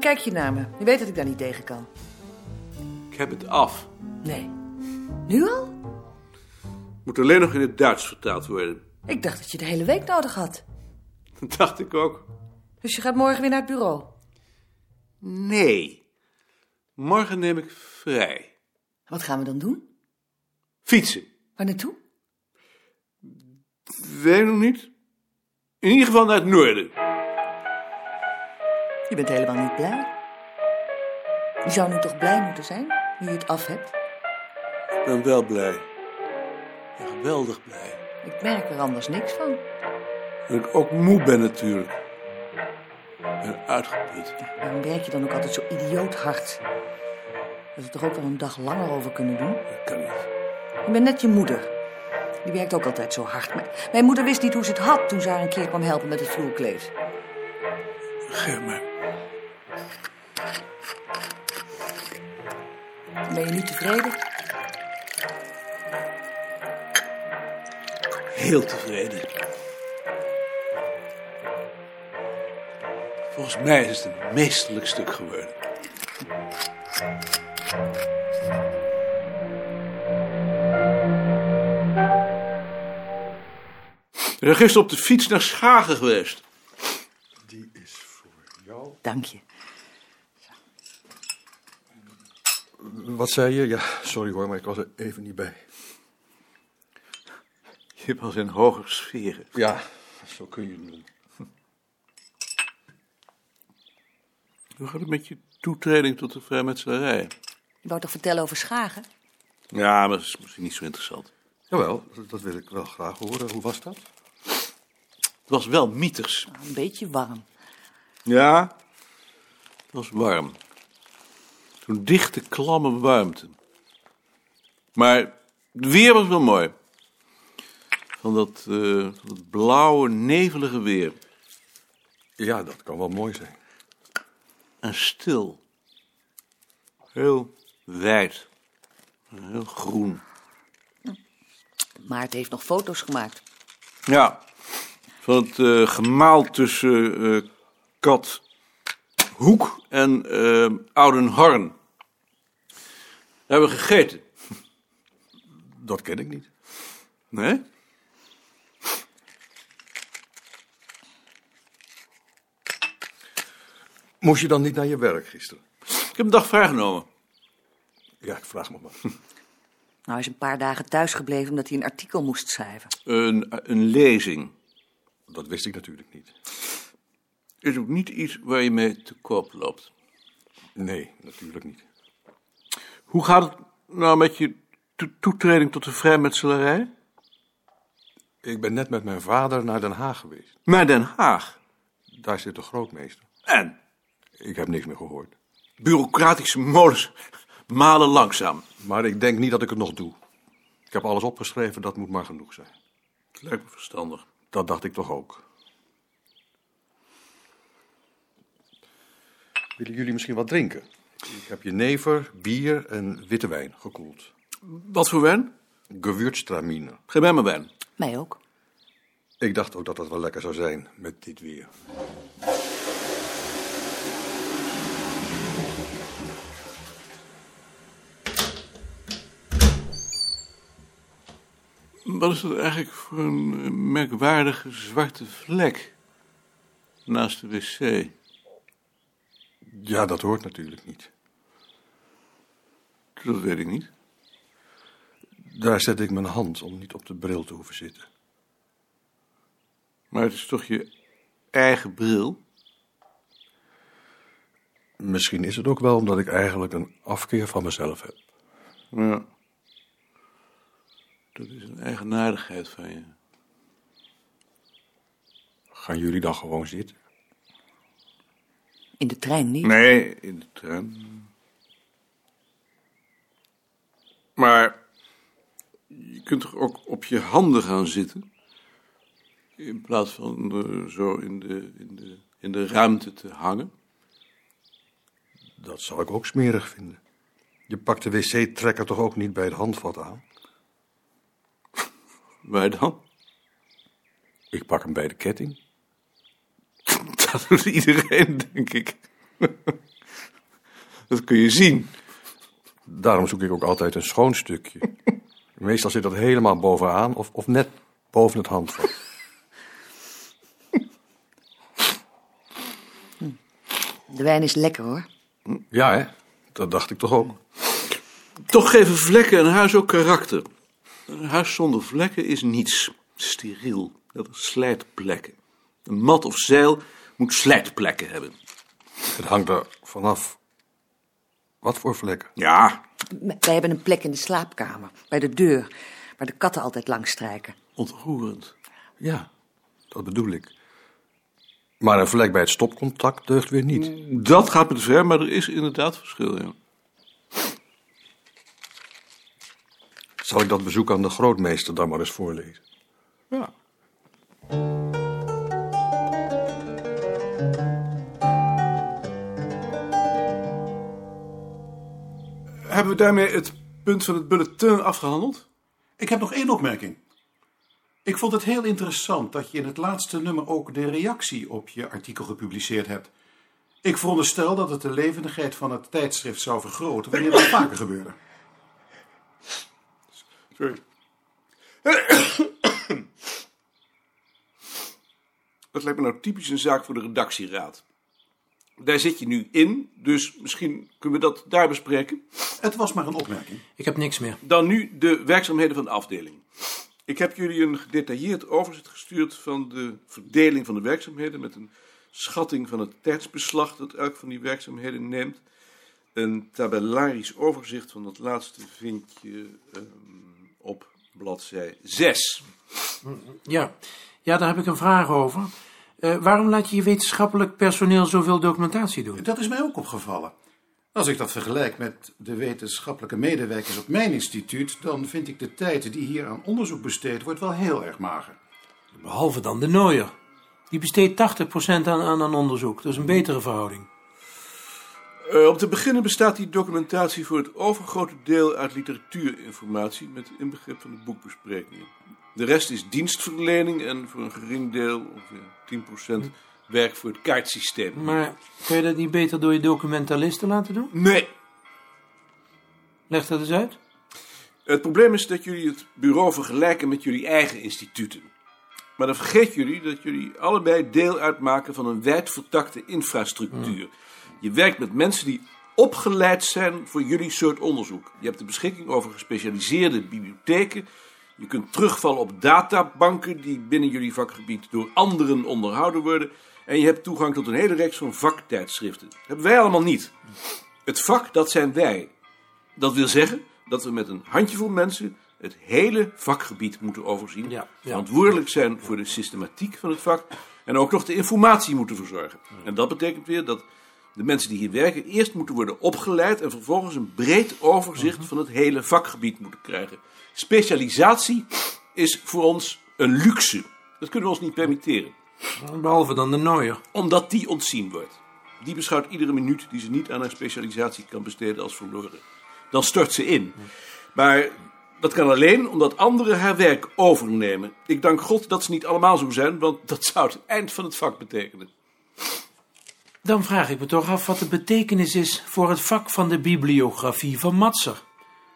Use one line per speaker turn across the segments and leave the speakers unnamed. kijk je naar me? Je weet dat ik daar niet tegen kan.
Ik heb het af.
Nee. Nu al?
Moet alleen nog in het Duits vertaald worden.
Ik dacht dat je de hele week nodig had.
Dat dacht ik ook.
Dus je gaat morgen weer naar het bureau.
Nee. Morgen neem ik vrij.
Wat gaan we dan doen?
Fietsen.
Waar naartoe?
Weet ik nog niet. In ieder geval naar het noorden.
Je bent helemaal niet blij. Je zou nu toch blij moeten zijn, nu je het af hebt?
Ik ben wel blij. Ja, geweldig blij.
Ik merk er anders niks van.
Dat ik ook moe ben natuurlijk. Ik ben uitgeput.
Waarom werk je dan ook altijd zo idioot hard? Dat we toch ook wel een dag langer over kunnen doen?
Dat kan niet.
Ik ben net je moeder. Die werkt ook altijd zo hard. Maar mijn moeder wist niet hoe ze het had toen ze haar een keer kwam helpen met het vloerkleed.
Geef maar.
Ben je niet tevreden?
Heel tevreden. Volgens mij is het een meesterlijk stuk geworden. Ik ben gisteren op de fiets naar Schagen geweest.
Dank je.
Wat zei je? Ja, sorry hoor, maar ik was er even niet bij.
Je was in hogere sferen.
Ja, zo kun je het noemen.
Hoe gaat het met je toetreding tot de vrijmetselarij?
Je wou toch vertellen over Schagen?
Ja, maar dat is misschien niet zo interessant.
Jawel, dat- dat wil ik wel graag horen. Hoe was dat?
Het was wel mieters.
Nou, een beetje warm.
Ja? Het was warm. Zo'n dichte, klamme warmte. Maar het weer was wel mooi. Van dat, eh, van dat blauwe, nevelige weer.
Ja, dat kan wel mooi zijn.
En stil. Heel wijd. En Heel groen.
Maarten heeft nog foto's gemaakt.
Ja, van het eh, gemaal tussen eh, Kat Hoek en eh, Oudenhorn. Daar hebben we gegeten.
Dat ken ik niet.
Nee?
Moest je dan niet naar je werk gisteren?
Ik heb een dag vrijgenomen.
Ja, ik vraag me maar.
Nou, hij is een paar dagen thuisgebleven omdat hij een artikel moest schrijven.
Een, een lezing
Dat wist ik natuurlijk niet.
is ook niet iets waar je mee te koop loopt.
Nee, natuurlijk niet.
Hoe gaat het nou met je to- toetreding tot de vrijmetselarij?
Ik ben net met mijn vader naar Den Haag geweest.
Naar Den Haag.
Daar zit de grootmeester.
En
Ik heb niks meer gehoord.
bureaucratische molens malen langzaam.
Maar ik denk niet dat ik het nog doe. Ik heb alles opgeschreven, dat moet maar genoeg zijn.
Lijkt me verstandig.
Dat dacht ik toch ook. Willen jullie misschien wat drinken? Ik heb jenever, bier en witte wijn gekoeld.
Wat voor wijn?
Gewürztraminer.
Geef mij maar wijn.
Mij ook.
Ik dacht ook dat dat wel lekker zou zijn met dit weer.
Wat is dat eigenlijk voor een eh, merkwaardige zwarte vlek naast de wc?
Ja, dat hoort natuurlijk niet.
Dat weet ik niet.
Daar zet ik mijn hand om niet op de bril te hoeven zitten.
Maar het is toch je eigen bril?
Misschien is het ook wel omdat ik eigenlijk een afkeer van mezelf heb.
Ja. Dat is een eigenaardigheid van je.
Gaan jullie dan gewoon zitten?
In de trein niet.
Nee, in de trein. Maar je kunt toch ook op je handen gaan zitten? In plaats van eh, zo in de, in, de, in de ruimte te hangen?
Dat zou ik ook smerig vinden. Je pakt de wc-trekker toch ook niet bij het handvat aan?
Waar dan?
Ik pak hem bij de ketting.
Dat doet iedereen, denk ik. Dat kun je zien.
Daarom zoek ik ook altijd een schoon stukje. Meestal zit dat helemaal bovenaan of, of net boven het handvat.
De wijn is lekker hoor.
Ja, hè? Dat dacht ik toch ook.
Toch geven vlekken een huis ook karakter. Een huis zonder vlekken is niets. Steriel. Dat is slijtplekken. Een mat of zeil moet slijtplekken hebben.
Het hangt er vanaf. Wat voor vlekken?
Ja,
Wij hebben een plek in de slaapkamer, bij de deur, waar de katten altijd langs strijken.
ontroerend.
Ja, dat bedoel ik. Maar een vlek bij het stopcontact deugt weer niet.
Dat gaat met ver, maar er is inderdaad verschil. Ja.
Zal ik dat bezoek aan de grootmeester dan maar eens voorlezen?
ja. Hebben we daarmee het punt van het bulletin afgehandeld?
Ik heb nog één opmerking. Ik vond het heel interessant dat je in het laatste nummer ook de reactie op je artikel gepubliceerd hebt. Ik veronderstel dat het de levendigheid van het tijdschrift zou vergroten wanneer dat vaker gebeurde.
Sorry. Dat lijkt me nou typisch een zaak voor de redactieraad. Daar zit je nu in, dus misschien kunnen we dat daar bespreken.
Het was maar een opmerking.
Ik heb niks meer.
Dan nu de werkzaamheden van de afdeling. Ik heb jullie een gedetailleerd overzicht gestuurd van de verdeling van de werkzaamheden met een schatting van het tijdsbeslag dat elk van die werkzaamheden neemt. Een tabellarisch overzicht van dat laatste vind je ehm, op bladzij 6.
Ja. ja, daar heb ik een vraag over. Eh, waarom laat je je wetenschappelijk personeel zoveel documentatie doen?
Dat is mij ook opgevallen. Als ik dat vergelijk met de wetenschappelijke medewerkers op mijn instituut, dan vind ik de tijd die hier aan onderzoek besteed wordt wel heel erg mager.
Behalve dan de Nooier. Die besteedt 80% aan, aan, aan onderzoek. Dat is een betere verhouding.
Eh, om te beginnen bestaat die documentatie voor het overgrote deel uit literatuurinformatie met inbegrip van de boekbesprekingen. De rest is dienstverlening en voor een gering deel, ongeveer 10%, werk voor het kaartsysteem.
Maar kun je dat niet beter door je documentalisten laten doen?
Nee,
Leg dat eens uit.
het probleem is dat jullie het bureau vergelijken met jullie eigen instituten. Maar dan vergeet jullie dat jullie allebei deel uitmaken van een wijdvertakte infrastructuur. Je werkt met mensen die opgeleid zijn voor jullie soort onderzoek. Je hebt de beschikking over gespecialiseerde bibliotheken. Je kunt terugvallen op databanken die binnen jullie vakgebied door anderen onderhouden worden. En je hebt toegang tot een hele reeks van vaktijdschriften. Dat hebben wij allemaal niet. Het vak, dat zijn wij. Dat wil zeggen dat we met een handjevol mensen het hele vakgebied moeten overzien.
Ja, ja.
Verantwoordelijk zijn voor de systematiek van het vak. En ook nog de informatie moeten verzorgen. En dat betekent weer dat de mensen die hier werken eerst moeten worden opgeleid. En vervolgens een breed
Mhm.
overzicht van het hele vakgebied moeten krijgen. Specialisatie is voor ons een luxe. Dat kunnen we ons niet permitteren.
Behalve dan de Nooier.
Omdat die ontzien wordt. Die beschouwt iedere minuut die ze niet aan haar specialisatie kan besteden als verloren. Dan stort ze in. Maar dat kan alleen omdat anderen haar werk overnemen. Ik dank God dat ze niet allemaal zo zijn, want dat zou het eind van het vak betekenen.
Dan vraag ik me toch af wat de betekenis is voor het vak van de bibliografie van Matser.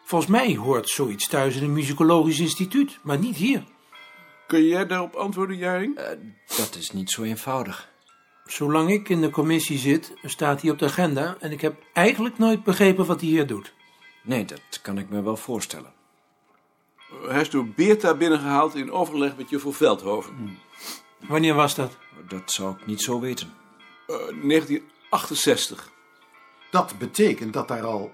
Volgens mij hoort zoiets thuis in een muzikologisch instituut, maar niet hier.
Kun jij daarop antwoorden, Jaring?
Dat is niet zo eenvoudig.
Zolang ik in de commissie zit, staat hij op de agenda en ik heb eigenlijk nooit begrepen wat hij hier doet.
Nee, dat kan ik me wel voorstellen.
Hij is door Beerta binnengehaald in overleg met juffrouw Veldhoven.
Wanneer was dat?
Dat zou ik niet zo weten.
Eh, 1968.
Dat betekent dat daar al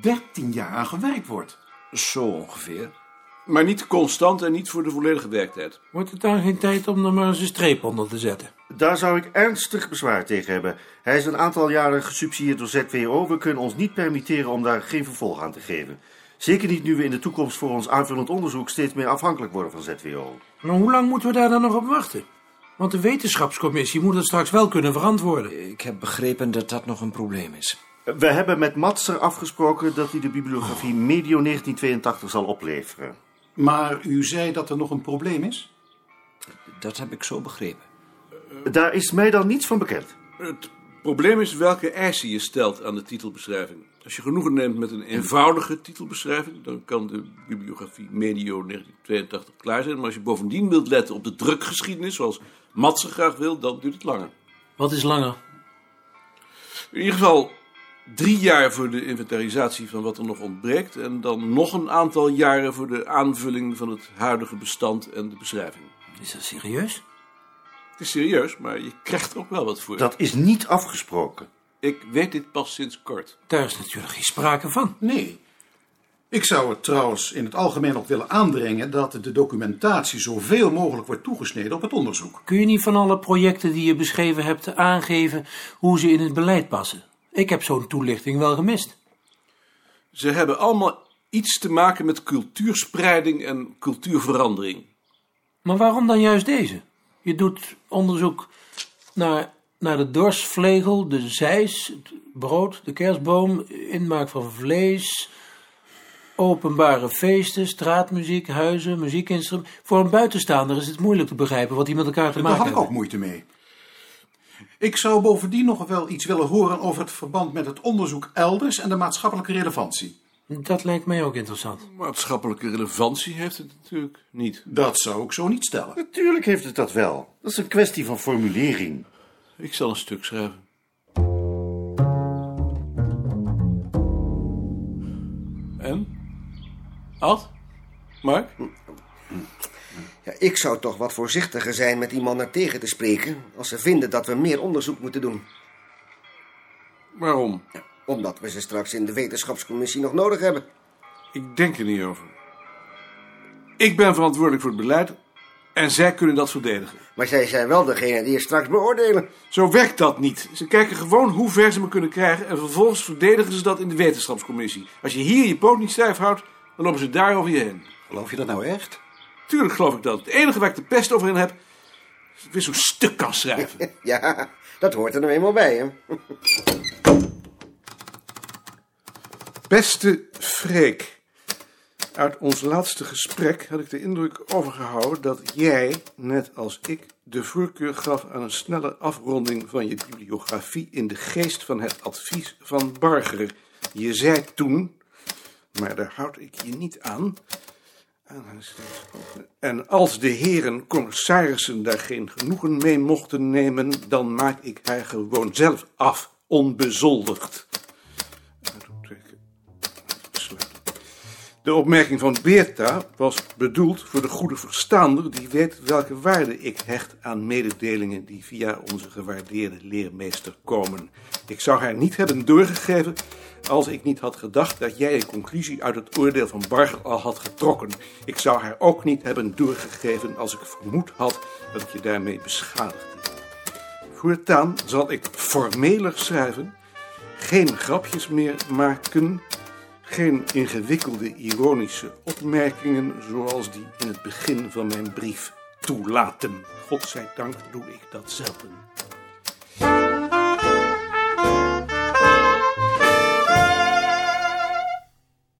13 jaar aan gewerkt wordt.
Zo ongeveer.
Maar niet constant en niet voor de volledige werktijd.
Wordt het dan geen tijd om er maar eens een streep onder te zetten?
Daar zou ik ernstig bezwaar tegen hebben. Hij is een aantal jaren gesubsidieerd door ZWO. We kunnen ons niet permitteren om daar geen vervolg aan te geven. Zeker niet nu we in de toekomst voor ons aanvullend onderzoek steeds meer afhankelijk worden van ZWO.
Maar hoe lang moeten we daar dan nog op wachten? Want de wetenschapscommissie moet dat straks wel kunnen verantwoorden.
Ik heb begrepen dat dat nog een probleem is.
We hebben met Matser afgesproken dat hij de bibliografie medio 1982 zal opleveren.
Maar u zei dat er nog een probleem is?
Dat heb ik zo begrepen.
Daar is mij dan niets van bekend.
Het probleem is welke eisen je stelt aan de titelbeschrijving. Als je genoegen neemt met een eenvoudige titelbeschrijving, dan kan de bibliografie medio 1982 klaar zijn. Maar als je bovendien wilt letten op de drukgeschiedenis, zoals Matsen graag wil, dan duurt het langer.
Wat is langer?
In ieder geval drie jaar voor de inventarisatie van wat er nog ontbreekt. En dan nog een aantal jaren voor de aanvulling van het huidige bestand en de beschrijving.
Is dat serieus?
Het is serieus, maar je krijgt er ook wel wat voor.
Dat is niet afgesproken.
Ik weet dit pas sinds kort.
Daar is natuurlijk geen sprake van.
Nee. Ik zou het trouwens in het algemeen op willen aandringen dat de documentatie zoveel mogelijk wordt toegesneden op het onderzoek.
Kun je niet van alle projecten die je beschreven hebt aangeven hoe ze in het beleid passen? Ik heb zo'n toelichting wel gemist.
Ze hebben allemaal iets te maken met cultuurspreiding en cultuurverandering.
Maar waarom dan juist deze? Je doet onderzoek naar, naar de dorsvlegel, de zeis, het brood, de kerstboom, inmaak van vlees, openbare feesten, straatmuziek, huizen, muziekinstrumenten. Voor een buitenstaander is het moeilijk te begrijpen wat die met elkaar
Daar
te maken
had ik ook
hebben.
moeite mee. Ik zou bovendien nog wel iets willen horen over het verband met het onderzoek elders en de maatschappelijke relevantie.
Dat lijkt mij ook interessant.
Maatschappelijke relevantie heeft het natuurlijk niet.
Dat zou ik zo niet stellen.
Natuurlijk heeft het dat wel. Dat is een kwestie van formulering.
Ik zal een stuk schrijven. En? Ad? Mark?
Ja, ik zou toch wat voorzichtiger zijn met iemand naar tegen te spreken... als ze vinden dat we meer onderzoek moeten doen.
Waarom?
Omdat we ze straks in de wetenschapscommissie nog nodig hebben.
Ik denk er niet over. Ik ben verantwoordelijk voor het beleid en zij kunnen dat verdedigen.
Maar zij zijn wel degene die je straks beoordelen.
Zo werkt dat niet. Ze kijken gewoon hoe ver ze me kunnen krijgen en vervolgens verdedigen ze dat in de wetenschapscommissie. Als je hier je poot niet stijf houdt, dan lopen ze daar over je heen.
Geloof je dat nou echt?
Tuurlijk geloof ik dat. Het enige waar ik de pest over in heb, is dat ik weer zo'n stuk kan schrijven.
Ja, dat hoort er nou eenmaal bij, hè?
Beste Freek, uit ons laatste gesprek had ik de indruk overgehouden dat jij, net als ik, de voorkeur gaf aan een snelle afronding van je bibliografie in de geest van het advies van Barger. Je zei toen, maar daar houd ik je niet aan. En als de heren commissarissen daar geen genoegen mee mochten nemen, dan maak ik haar gewoon zelf af, onbezoldigd. Uitroepteken. Sluit. De opmerking van Beerta was bedoeld voor de goede verstaander die weet welke waarde ik hecht aan mededelingen die via onze gewaardeerde leermeester komen. Ik zou haar niet hebben doorgegeven als ik niet had gedacht dat jij een conclusie uit het oordeel van Bargel al had getrokken. Ik zou haar ook niet hebben doorgegeven als ik vermoed had dat ik je daarmee beschadigde. Voortaan zal ik formeler schrijven, geen grapjes meer maken, geen ingewikkelde ironische opmerkingen zoals die in het begin van mijn brief toelaten. Godzijdank doe ik dat zelden.